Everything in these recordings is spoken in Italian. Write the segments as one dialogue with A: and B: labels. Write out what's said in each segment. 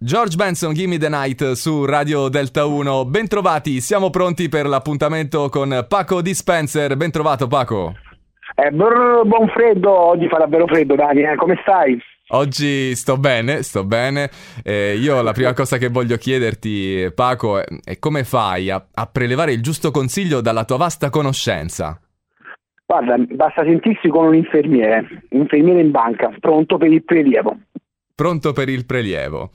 A: George Benson, Gimme the Night su Radio Delta 1. Bentrovati, siamo pronti per l'appuntamento con Paco Dispenser. Bentrovato Paco.
B: Eh, brr, buon freddo, oggi fa davvero freddo Dani, eh, come stai?
A: Oggi sto bene, sto bene. Eh, io la prima cosa che voglio chiederti, Paco, è, è come fai a, a prelevare il giusto consiglio dalla tua vasta conoscenza?
B: Guarda, basta sentirsi con un infermiere, un infermiere in banca, pronto per il prelievo.
A: Pronto per il prelievo.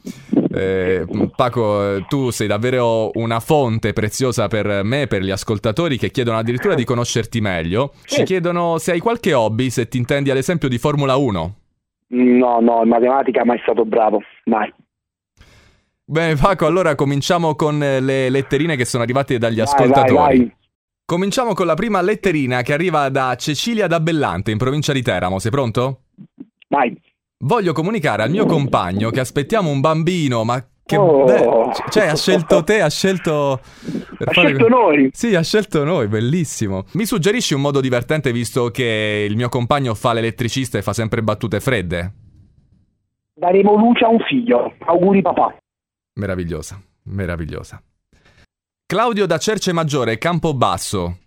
A: Eh, Paco, tu sei davvero una fonte preziosa per me, per gli ascoltatori che chiedono addirittura di conoscerti meglio. Ci
B: Sì.
A: chiedono se hai qualche hobby, se ti intendi ad esempio di Formula 1.
B: No, no, in matematica mai stato bravo, mai.
A: Bene Paco, allora cominciamo con eh, le letterine che sono arrivate dagli
B: Vai,
A: ascoltatori.
B: vai, vai.
A: Cominciamo con la prima letterina che arriva da Cecilia da Bellante in provincia di Teramo. Sei pronto?
B: Vai.
A: Voglio comunicare al mio compagno che aspettiamo un bambino, ma che
B: Oh.
A: be- c- cioè ha scelto te, ha scelto per
B: Ha
A: fare-
B: scelto noi.
A: Sì, ha scelto noi, bellissimo. Mi suggerisci un modo divertente visto che il mio compagno fa l'elettricista e fa sempre battute fredde?
B: Daremo luce a un figlio. Auguri papà.
A: Meravigliosa, meravigliosa. Claudio da Cerce Maggiore, Campobasso.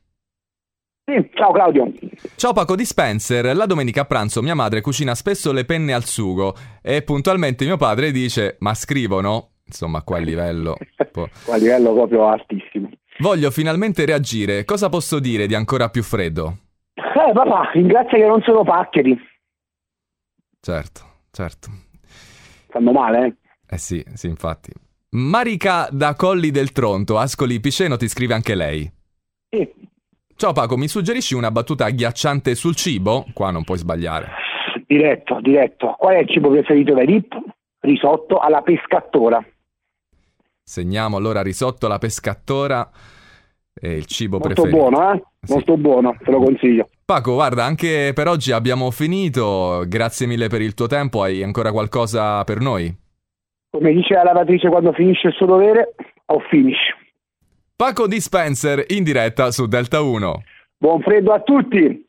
B: Sì, ciao Claudio.
A: Ciao Paco di Spencer, la domenica a pranzo mia madre cucina spesso le penne al sugo e puntualmente mio padre dice ma scrivono? Insomma, qua a livello... un po'.
B: A livello proprio altissimo.
A: Voglio finalmente reagire, cosa posso dire di ancora più freddo?
B: Eh papà, ringrazia che non sono paccheri.
A: Certo, certo.
B: Fanno male, eh.
A: Eh sì, sì, infatti. Marica da Colli del Tronto, Ascoli Piceno, ti scrive anche lei.
B: Sì.
A: Ciao Paco, mi suggerisci una battuta agghiacciante sul cibo? Qua non puoi sbagliare.
B: Diretto, diretto. Qual è il cibo preferito da Rip? Risotto alla pescattora.
A: Segniamo allora risotto alla pescattora e il cibo
B: Molto
A: preferito.
B: buono, eh?
A: Sì.
B: Molto buono, te lo consiglio.
A: Paco, guarda, anche per oggi abbiamo finito. Grazie mille per il tuo tempo. Hai ancora qualcosa per noi?
B: Come dice la lavatrice quando finisce il suo dovere, o finish.
A: Paco Dispenser in diretta su Delta 1.
B: Buon freddo a tutti!